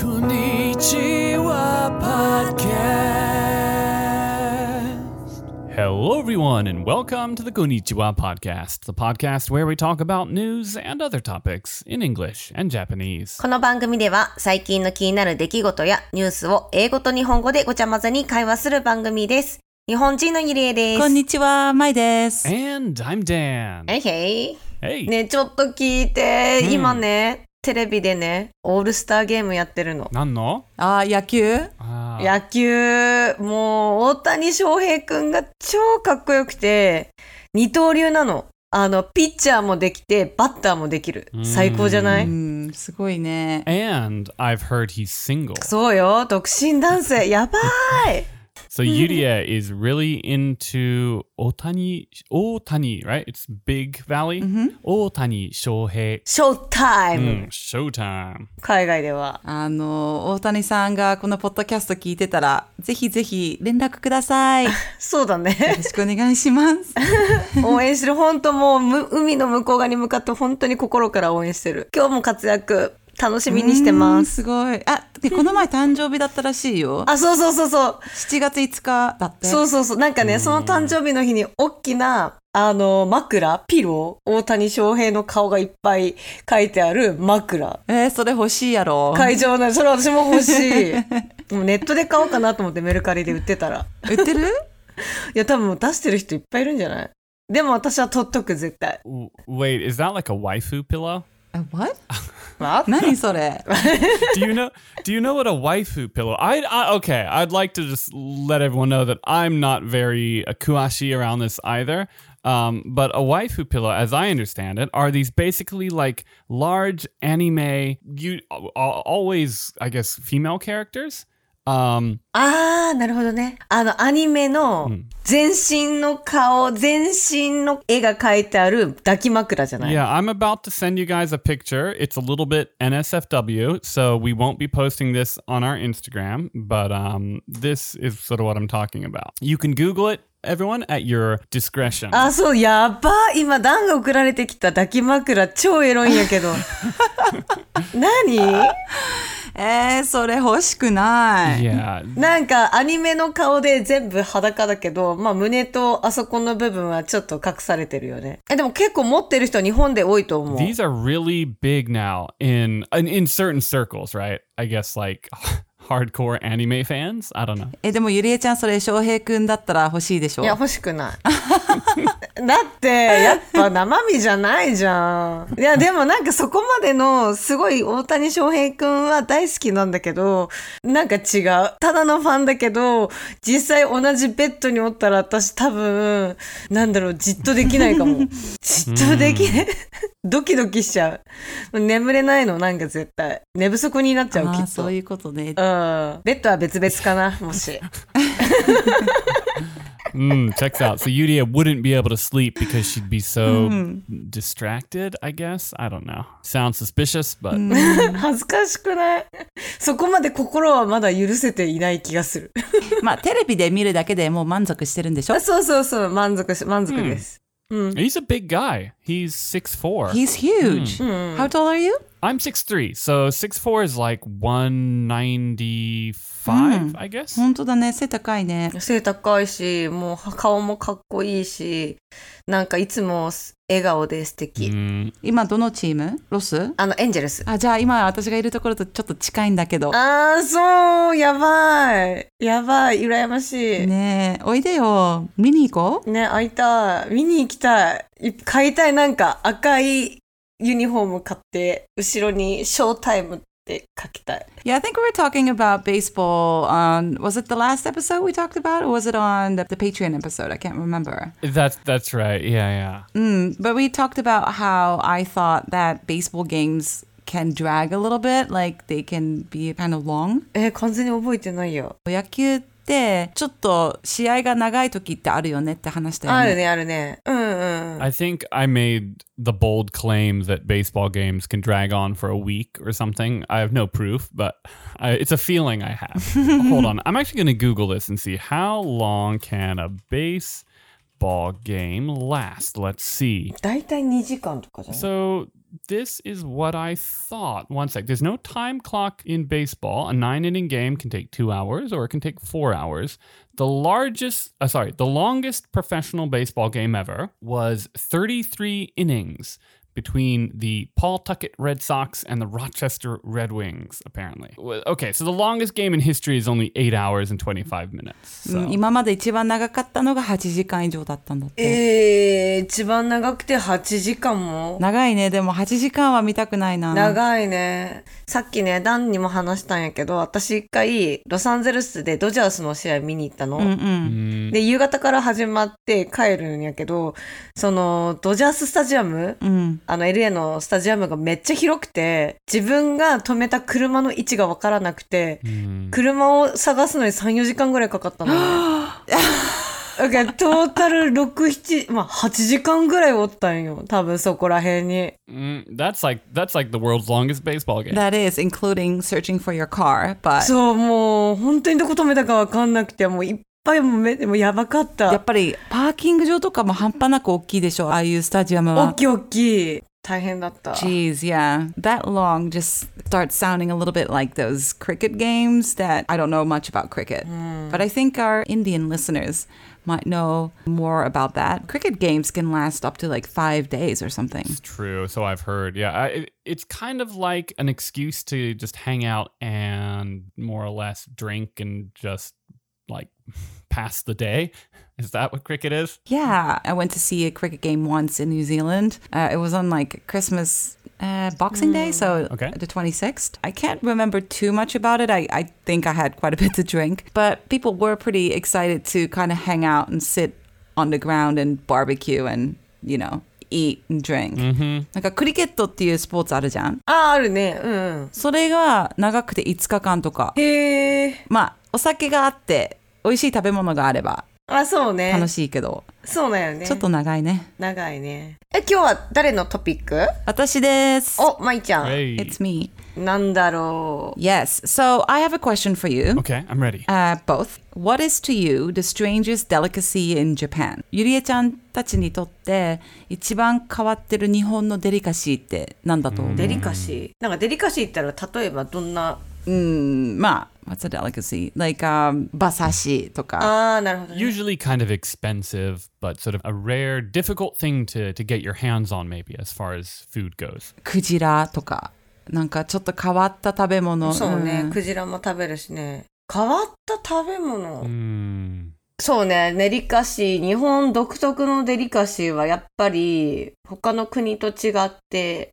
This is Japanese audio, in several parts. こんにちは、podcast. Hello, everyone, and welcome to the Konnichiwa podcast, the podcast where we talk about news and other topics in English and Japanese. この番組では最近の気になる出来事やニュースを英語と日本語でごちゃ混ぜに会話する番組です。日本人のゆりえです。こんにちは、まいです。 And I'm Dan. はいへい。 Hey. ねえちょっと聞いて、うん今ね、テレビでね、オールスターゲームやってるの。何のあー、野球あー野球、もう大谷翔平くんが超かっこよくて、二刀流なの。あの、ピッチャーもできて、バッターもできるう。ん最高じゃなういん、すごいね。 And I've heard he's single. そうよ、独身男性、やばい So Yuria is really into Otani, Otani, right? It's Big Valley. Otani Shohei. ショータイ Mm, ム、showtime. 海外では。あの、大谷さんがこのポッドキャスト聞いてたら、ぜひぜひ連絡くださ い。よそうだね。 ろしくお願いします。応援してる。本当もうむ、海の向こう側に向かって本当に心から応援してる。今日も活躍、楽しみにしてまうんす。すごい。あ、で、この前誕生日だったらしいよ。あ、そうそうそうそう。 7月5日だって。そうそうそう。なんかね、その誕生日の日に大きな、あの、枕、ピロー、大谷翔平の顔がいっぱい書いてある枕。えー、それ欲しいやろ。会場の、それ私も欲しい。 もうネットで買おうかなと思ってメルカリで売ってたら。売っ てるいや、多分もう出してる人いっぱいいるんじゃないでも私は取っとく、絶対。 W- Wait, is that like a waifu pillow? あ、what? まあ何それ Do you know? Do you know what a waifu pillow? I, I okay. I'd like to just let everyone know that I'm not very uh, kuashi around this either. Um, but a waifu pillow, as I understand it, are these basically like large anime, you al- always, I guess, female characters. Um, あー、なるほどね。あの、アニメの全身の顔、全身の絵が描いてある抱き枕じゃない、 Yeah, I'm about to send you guys a picture. It's a little bit NSFW, so we won't be posting this on our Instagram, but um, this is sort of what I'm talking about. You can Google it, everyone, at your discretion. あ、そう、やば今、ダンが送られてきた抱き枕、超エロいんやけど。何えー、それ欲しくない。 yeah. なんか、アニメの顔で全部裸だけど、まあ、胸とあそこの部分はちょっと隠されてるよね。え、でも結構持ってる人日本で多いと思う。 These are really big now in, in in certain circles, right? I guess like hardcore anime fans. I don't know. え、でもゆりえちゃん、それ翔平くんだったら欲しいでしょいや、欲しくない。 だって、やっぱ生身じゃないじゃん。い や、でもなんかそこまでの、すごい大谷翔平くんは大好きなんだけど、なんか違う。ただのファンだけど、実際同じベッドにおったら私多分、なんだろう、じっとできないか も。じっとできない。 ドキドキしちゃう。眠れないの、なんか絶対。寝不足になっちゃう、きあーっと。そういうことう。ねん。ベッドは別々かな、もし。 Mm, checks out. So Yuria wouldn't be able to sleep because she'd be so distracted, I guess. I don't know. Sounds suspicious, but 恥ずかしくないそこまで心はまだ許せていない気がする。まあ、テレビで見るだけでもう満足してるんでしょあ そうそうそう、満足し、満足です。 He's a big guy. He's 6'4. He's huge. Mm. Mm. How tall are you? I'm 6'3. So 6'4 is like 195, I guess. 本当だね、背高いね。背高いし、もうは顔もかっこいいし、なんかいつもす笑顔で素敵。 Mm. 今どのチームロスあの、エンジェルス。あ、じゃあ今私がいるところとちょっと近いんだけど。あー、そう、やばい。やばい、羨ましい。ねねえ、おいでよ。見に行こ会いたい。見に行きたい。い買いたい、なんか赤いユニフォーム買って、後ろにショータイムって書きたい。う Yeah, I think we were talking about baseball on, was it the last episode we talked about or was it on the, the Patreon episode? I can't remember. That's that's right. Yeah, yeah. Mm, but we talked about how I thought that baseball games can drag a little bit, like they can be kind of long. えー完全に覚えてないよ。野球ってちょっと試合が長い時ってあるよねって話だよね。あるね、あるね。うんうん。 I think I made the bold claim that baseball games can drag on for a week or something. I have no proof, but I, it's a feeling I have. Hold on. I'm actually going to Google this and see how long can a baseball game last. Let's see. 大体2時間とかじゃない So this is what I thought. One sec. There's no time clock in baseball. A nine inning game can take two hours or it can take four hours. The largest, uh, sorry, the longest professional baseball game ever was 33 innings between the Pawtucket Red Sox and the Rochester Red Wings, apparently. Well, Okay, so the longest game in history is only eight hours and 25 minutes. う So. ん今まで一番長かったのが8時間以上だったんだって。えー、一番長くて8時間も長いね。でも8時間は見たくないな。長いね。さっきね、ダンにも話したんやけど、私一回、ロサンゼルスでドジャースの試合見に行ったの。うんうん。で、夕方から始まって帰るんやけど、その、ドジャーススタジアムうん。あの LA のスタジアムがめっちゃ広くて、自分が止めた車の位置がわからなくて、 Mm. 車を探すのに3、4時間ぐらいかかったのね。 だからトータル6、7、まあ8時間ぐらいおったんよ。多分そこら辺に。 Mm, that's like that's like the world's longest baseball game. That is including searching for your car, but そう、もう本当にどこ止めたかわかんなくて、もういっぱいもうめもうやばかっ。やったぱりパーキング場とかも半端なく大きいでしょ。ああいうスタジアムおっは。きいおっきい。大変だった。 Jeez, yeah. That long just starts sounding a little bit like those cricket games that I don't know much about cricket. But I think our Indian listeners might know more about that. Cricket games can last up to like five days or something. It's true. So I've heard. Yeah, I, it, it's kind of like an excuse to just hang out and more or less drink and just like pass the day. Is that what cricket is? Yeah, I went to see a cricket game once in New Zealand. Uh, it was on like Christmas. Uh, Boxing Day, so Okay. the 26th. I can't remember too much about it. I, I think I had quite a bit to drink, but people were pretty excited to kind of hang out and sit on the ground and barbecue and, you know, eat and drink. なんかクリケットっていうスポーツあるじゃん。あ、あるね。うん。それが長くて5日間とか。へえ。まあ、お酒があって、美味しい食べ物があればあ、そうね。楽しいけど、そうだよね。ちょっと長いね。長いね。え、今日は誰のトピック私です。お、まいちゃん。 Hey. Uh, It's me. なんだろ Yes. So I have a question for you. okay, I'm ready. Uh, both. What is to you the strangest delicacy in Japan? ゆりえちゃんたちにとって一番変わってる日本のデリカシーって何だと思うう。デリカシー。なんかデリカシーって言ったら、例えばどんな。うん、まあ、what's Mm, a delicacy? Like、um, 馬刺しとか。ああ、なるほど、ね。 Usually kind of expensive, but sort of a rare, difficult thing to, to get your hands on, maybe, as far as food goes. クジラとか。なんかちょっと変わった食べ物。そうね、んクジラも食べるしね。変わった食べ物。Oh. Mm. そうね、デリカシー、日本独特のデリカシーはやっぱり他の国と違って、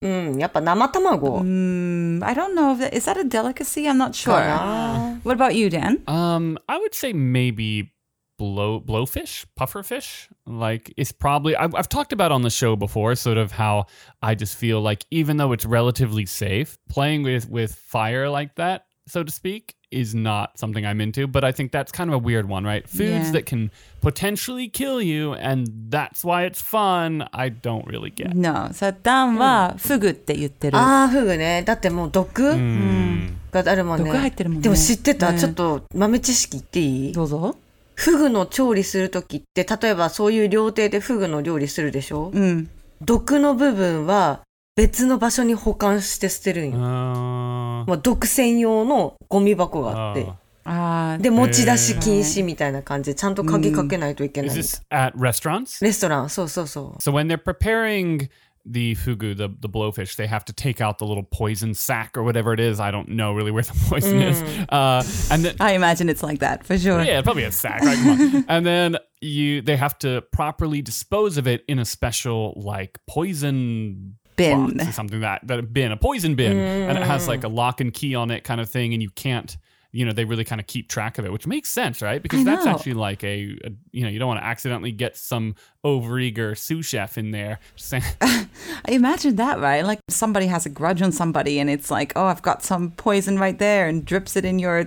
うん、やっぱ生卵うん、I Mm, don't know. If that, is that a delicacy? I'm not か sure. な。 What about you, Dan? Um, I would say maybe blow blowfish, pufferfish. Like it's probably I've, I've talked about on the show before, sort of how I just feel like even though it's relatively safe, playing with with fire like that, so to speak, is not something I'm into. But I think that's kind of a weird one, right? Foods Yeah. that can potentially kill you, and that's why it's fun. I don't really get. No. さあ、ダンはフグって言ってる。ああ、フグね。だってもう毒 Mm. があるもんね。毒入ってるもんねでも知ってた、ねちょっと豆知識言っていいどうぞ。フグの調理するときって、例えばそういう料亭でフグの料理するでしょうん。毒の部分は別の場所に保管して捨てるん Hmm. よ。Uh, まあ、毒専用のゴミ箱があって。 uh, ああ。で、持ち出し禁止みたいな感じで、ちゃんと鍵かけないといけない is みたいな this at restaurants? レストラン、そうそうそう。 So when they're preparing the fugu, the, the blowfish, they have to take out the little poison sac or whatever it is. I don't know really where the poison is. Uh, and then I imagine it's like that, for sure. yeah, probably a sack. Right? Come on. and then you they have to properly dispose of it in a special like poison Bin. Mm. box or something that that a bin, a poison bin, and it has like a lock and key on it kind of thing, and you can't. You know, they really kind of keep track of it, which makes sense, right? Because I that's know. actually like a, a, you know, you don't want to accidentally get some overeager sous chef in there saying, I imagine that, right? Like somebody has a grudge on somebody and it's like, oh, I've got some poison right there and drips it in your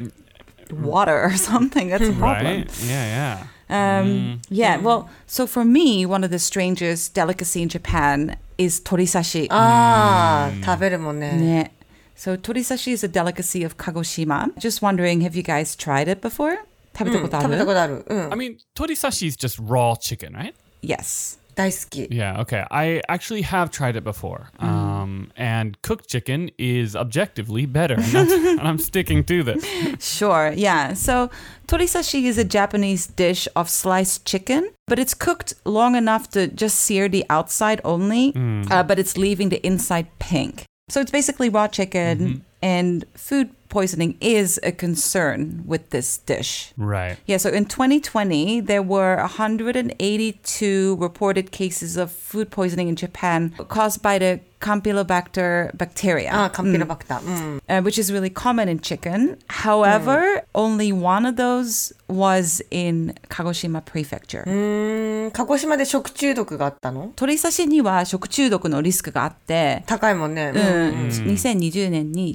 water or something. That's a problem. Mm. Right? Mm. Yeah, Um, Yeah, well, so for me, one of the strangest delicacy in Japan is torisashi. Ah. ああ、食べるもんね。 Yeah. So torisashi is a delicacy of Kagoshima. Just wondering, have you guys tried Mm. it before? うん食べたことある。う yeah. I ん。 mean, torisashi is just raw chicken, right? Yes. 大好き。 Yeah, okay. I actually have tried it before. Um, and cooked chicken is objectively better. And, that's, and I'm sticking to this. Sure, yeah. So, torisashi is a Japanese dish of sliced chicken, but it's cooked long enough to just sear the outside only, uh, but it's leaving the inside pink. So, it's basically raw chicken, and food poisoning is a concern with this dish. Right. Yeah, so in 2020, there were 182 reported cases of food poisoning in Japan caused by the Campylobacter bacteria ああ、カンピロバクター。うん。 uh, which is really common in chicken. However, only one of those was in Kagoshima Prefecture. うん鹿児島で食中毒があったの鳥刺しには食中毒のリスクがあって、高いもんね。ううんん。 2020年に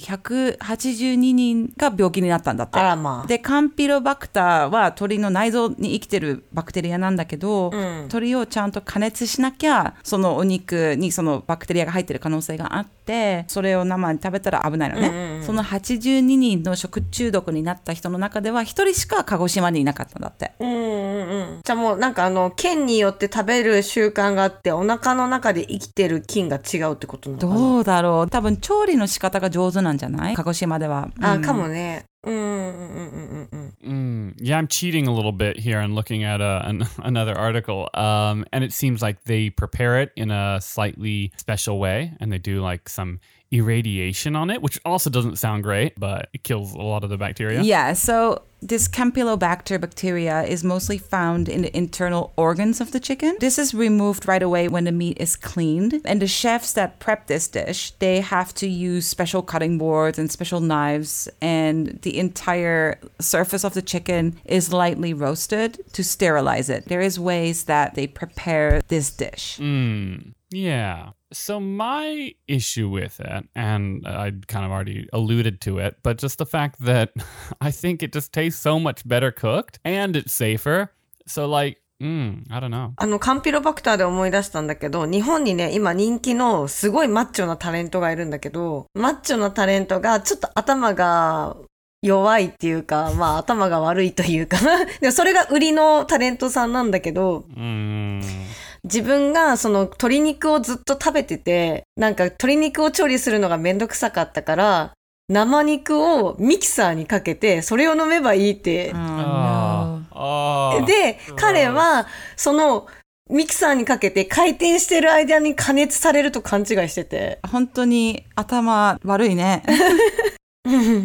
182人が病気になったんだって。あらまあで、カンピロバクターは鳥の内臓に生きてるバクテリアなんだけど、鳥をちゃんと加熱しなきゃ、そのお肉にそのバクテリアが入ってる可能性があって、それを生に食べたら危ないのね。その82人の食中毒になった人の中では、1人しか鹿児島にいなかったんだって。じゃあもうなんかあの、県によって食べる習慣があって、お腹の中で生きてる菌が違うってことなのかなどうだろう多分調理の仕方が上手なんじゃない鹿児島では。あ、かもね。うんうんうんうんうんうん。 Mm, yeah, I'm cheating a little bit here and looking at uh an, another article. Um, and it seems like they prepare it in a slightly special way, and they do like some irradiation on it, which also doesn't sound great, but it kills a lot of the bacteria. Yeah, so this Campylobacter bacteria is mostly found in the internal organs of the chicken. This is removed right away when the meat is cleaned. And the chefs that prep this dish, they have to use special cutting boards and special knives and the entire surface of the chicken is lightly roasted to sterilize it. There is ways that they prepare this dish. Mm, yeah. So my issue with it, and I kind of already alluded to it, but just the fact that I think it just tastes so much better cooked, and it's safer. So like, mm, I don't know. あの、カンピロバクターで思い出したんだけど、日本にね、今人気のすごいマッチョなタレントがいるんだけど、マッチョなタレントがちょっと頭が弱いっていうか、まあ頭が悪いというか、 でもそれが売りのタレントさんなんだけど、 Mm. 自分がその鶏肉をずっと食べてて、なんか鶏肉を調理するのがめんどくさかったから、生肉をミキサーにかけて、それを飲めばいいって。Mm. Oh, oh. で、彼は、その、ミキサーにかけて回転してる間に加熱されると勘違いしてて。本当に頭悪いね。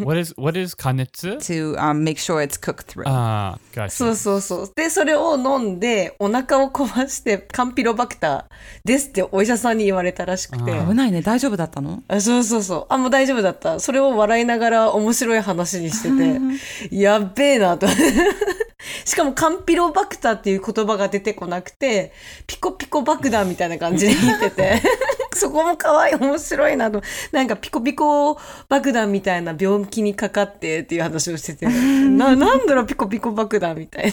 what is what is kanetsu? to um, make sure it's cooked through. Ah, gotcha. そうそうそう。で、それを飲んで、お腹を壊して、カンピロバクターですってお医者さんに言われたらしくて。危ないね。大丈夫だったのあそうそうそう。あ、もう大丈夫だった。それを笑いながら面白い話にしてて、やっべえなと。 しかもカンピロバクターっていう言葉が出てこなくて、ピコピコ爆弾みたいな感じで言って て、そこも可愛い、面白いなと。なんかピコピコ爆弾みたいな病気にかかってっていう話をしてて、な、なんだろうピコピコ爆弾みたいな。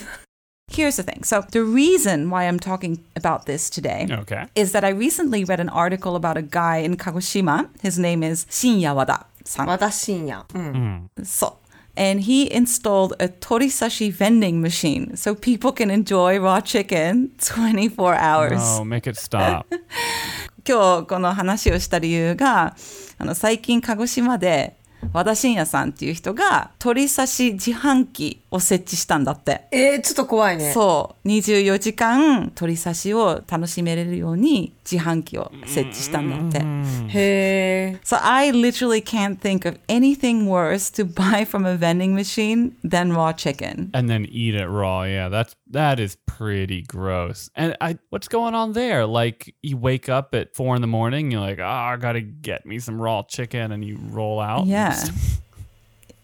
Here's the thing. So the reason why I'm talking about this today Okay. is that I recently read an article about a guy in Kagoshima. His name is Shinya Wada-san. まだ深夜。うん。 So, and he installed a torisashi vending machine so people can enjoy raw chicken 24 hours. Oh, make it stop. 今日この話をした理由があの最近鹿児島で和田伸也さんっていう人が鳥刺し自販機を設置したんだって。えー、ちょっと怖いね。そう24時間鳥刺しを楽しめれるように自販機を設置したんだって。へえ。 So I literally can't think of anything worse to buy from a vending machine than raw chicken. and then eat it raw. Yeah, that's that is pretty gross. And I, what's going on there? Like you wake up at four in the morning, you're like, ah, I gotta get me some raw chicken, and you roll out. and Yeah. just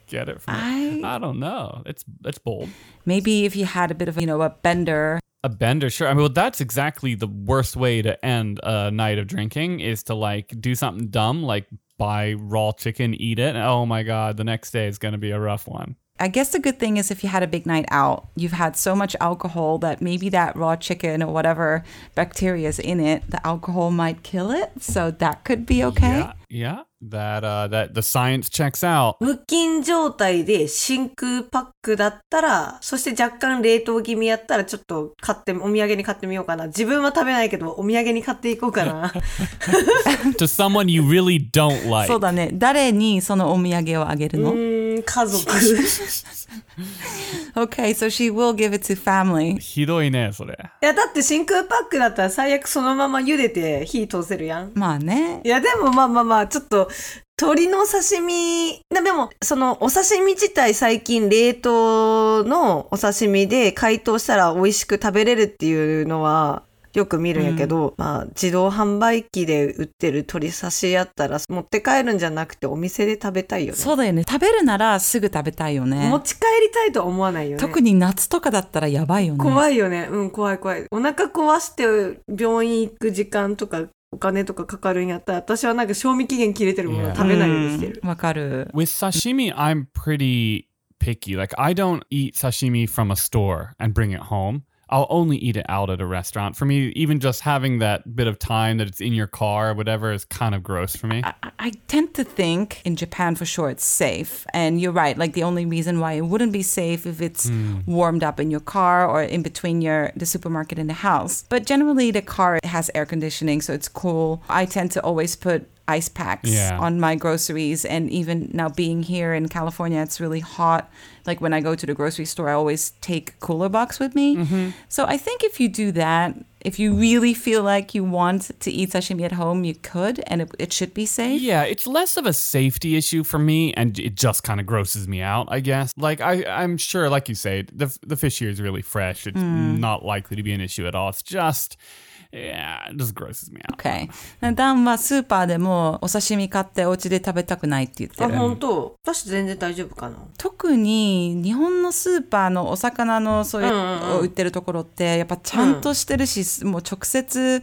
Get it from. I- I don't know. It's it's bold. Maybe if you had a bit of a, you know, a bender A bender, sure. I mean, well, that's exactly the worst way to end a night of drinking is to like do something dumb, like buy raw chicken, eat it. And, oh my god, the next day is gonna be a rough one. I guess the good thing is if you had a big night out, you've had so much alcohol that maybe that raw chicken or whatever bacteria is in it, the alcohol might kill it. So that could be okay. Yeah, yeah. That uh, that the science checks out. 無菌状態で真空パックだったら、そして若干冷凍気味やったら、ちょっと買って、お土産に買ってみようかな。自分は食べないけど、お土産に買っていこうかな。 to someone you really don't like. そうだね。誰にそのお土産をあげるうの、ーん、家族。 ?Okay, so she will give it to family. ひどいね、それ。いや、だって真空パックだったら最悪そのまま茹でて火通せるやん。まあねい。や、でもまあまあまあ、ちょっと、鶏の刺身、なでも、その、お刺身自体最近冷凍のお刺身で解凍したら美味しく食べれるっていうのは、よく見るんやけど、まあ、自動販売機で売ってる鶏刺しやったら、持って帰るんじゃなくてお店で食べたいよね。そうだよね。食べるならすぐ食べたいよね。持ち帰りたいとは思わないよね。特に夏とかだったらやばいよね。怖いよね。うん、怖い怖い。お腹壊して病院行く時間とか、お金とかかかるんやったら、私はなんか賞味期限切れてるものを食べないようにしてる。うんわかる。 With sashimi, I'm pretty picky. Like, I don't eat sashimi from a store and bring it home. I'll only eat it out at a restaurant. For me, even just having that bit of time that it's in your car or whatever is kind of gross for me. I- I tend to think in Japan for sure it's safe. And you're right. Like the only reason why it wouldn't be safe if it's warmed up in your car or in between your the supermarket and the house. But generally the car has air conditioning, so it's cool. I tend to always put ice packs Yeah. on my groceries and even now being here in California it's really hot. Like when I go to the grocery store, I always take cooler box with me. So I think if you do that, if you really feel like you want to eat sashimi at home, you could and it, it should be safe. Yeah, it's less of a safety issue for me, and it just kind of grosses me out, I guess. Like I, I'm sure, like you say, the the fish here is really fresh. It's not likely to be an issue at all. It's just, yeah, it just grosses me out. Okay. ダンはスーパーでもお刺身買ってお家で食べたくないって言ってあ、る。本当。私全然大丈夫かな。特に日本のスーパーのお魚のそういうを売ってるところってやっぱちゃんとしてるし、もう直接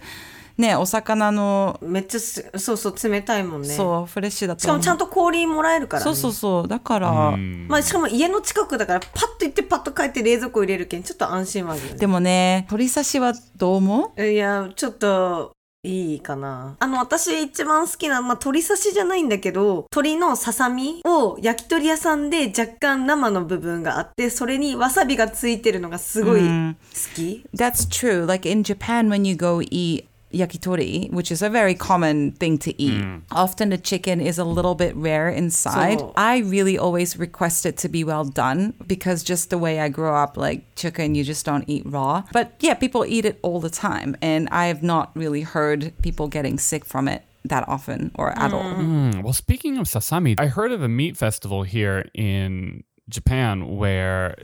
ね、お魚の、めっちゃす、そうそう、冷たいもんね。そう、フレッシュだとしかもちゃんとと氷もらえるから、ね。そうそうそう。だから、まあ、しかも家の近くだから、パッと行ってパッと帰って冷蔵庫入れるけん、ちょっと安心はあるよねでもね、鶏刺しはどう思ういや、ちょっと、いいかな。あの、私一番好きな、まあ、鶏刺しじゃないんだけど、鶏のささみを焼き鳥屋さんで若干生の部分があって、それにわさびがついてるのがすごい好き。 That's true. Like in Japan, when you go eat yakitori, which is a very common thing to eat, often the chicken is a little bit rare inside. So- I really always request it to be well done because just the way I grew up, like chicken, you just don't eat raw. But yeah, people eat it all the time. And I have not really heard people getting sick from it that often or at all. Mm, well, speaking of sasami, I heard of a meat festival here in Japan where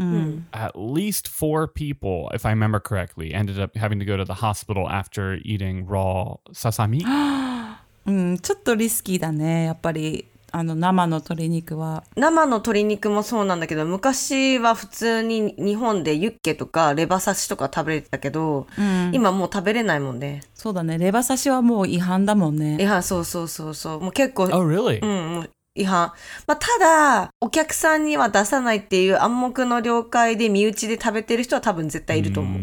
at least four people, if I remember correctly, ended up having to go to the hospital after eating raw Oh, sasami. うんちょっとリスキーだね。やっぱり、あの、生の鶏肉は。生の鶏肉もそうなんだけど、昔は普通に日本でユッケとかレバ刺しとか食べれてたけど、今もう食べれないもんね。そうだね。レバ刺しはもう違反だもんねい。や、そうそうそうそう。もう結構、 oh, really? うん、もう違反。まあ、ただ、お客さんには出さないっていう暗黙の了解で身内で食べてる人は多分絶対いると思う。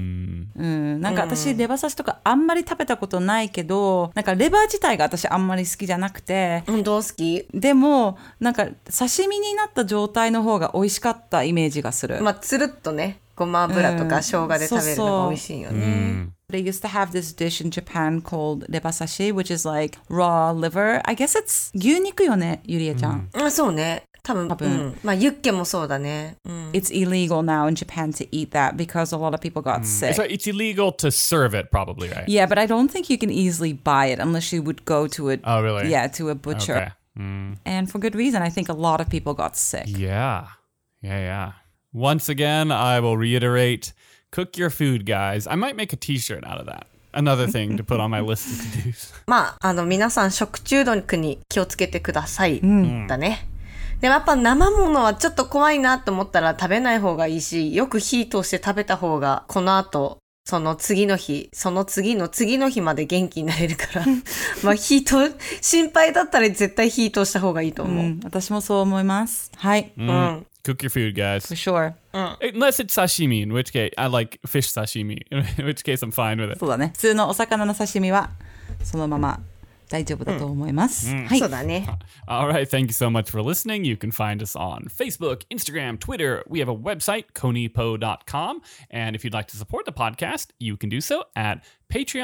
うん、なんか私レバ刺しとかあんまり食べたことないけどなんかレバー自体が私あんまり好きじゃなくてうん、どう好きでもなんか刺身になった状態の方が美味しかったイメージがする。まあ、つるっとね、ごま油とうんか生姜で食べるのが美味しいよね。 They used to have this dish in Japan called rebasashi, which is like raw liver. I guess it's 牛肉よね、ゆりえちゃん。あ、そうね。多分、多分うん、まあ、ユッケもそうだね。うん。 It's illegal now in Japan to eat that because a lot of people got sick. So it's illegal to serve it, probably, right? Yeah, but I don't think you can easily buy it unless you would go to a Oh, really? yeah to a butcher. Okay. Mm. And for good reason. I think a lot of people got sick. Yeah. Yeah. Yeah. Once again, I will reiterate cook your food, guys. I might make a t shirt out of that. Another thing to put on my list of to dos. まあ、あの、皆さん食中毒に気をつけてください。だね。でもやっぱ生ものはちょっと怖いなと思ったら食べない方がいいし、よく火通して食べた方が、この後、その次の日、その次の次の日まで元気になれるから。まあ火通、心配だったら絶対火通した方がいいと思う。Mm. うん、私もそう思います。はい。うん。Hmm. Cook your food, guys. for sure. Unless it's sashimi, in which case I like fish sashimi, in which case I'm fine with it. そうだね。普通のお魚の刺身はそのまま大丈夫だと思います。Mm. はいそう。だね。 All right, thank you so much for listening. You can find us on Facebook, Instagram, Twitter. We have a website, konipo.com. And if you'd like to support the podcast, you can do so at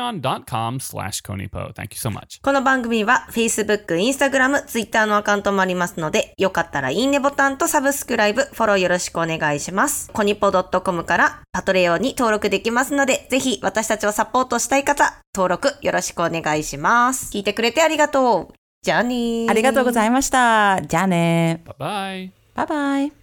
patreon.com slash konipo. Thank you so much. この番組は Facebook、Instagram、Twitter のアカウントもありますので、よかったらいいねボタンとサブスクライブ、フォローよろしくお願いします。コニポ .com からパトレオンに登録できますので、ぜひ私たちをサポートしたい方、登録よろしくお願いします。聞いてくれてありがとう。じゃあねー。ありがとうございました。じゃあね。 Bye bye. バイバイ。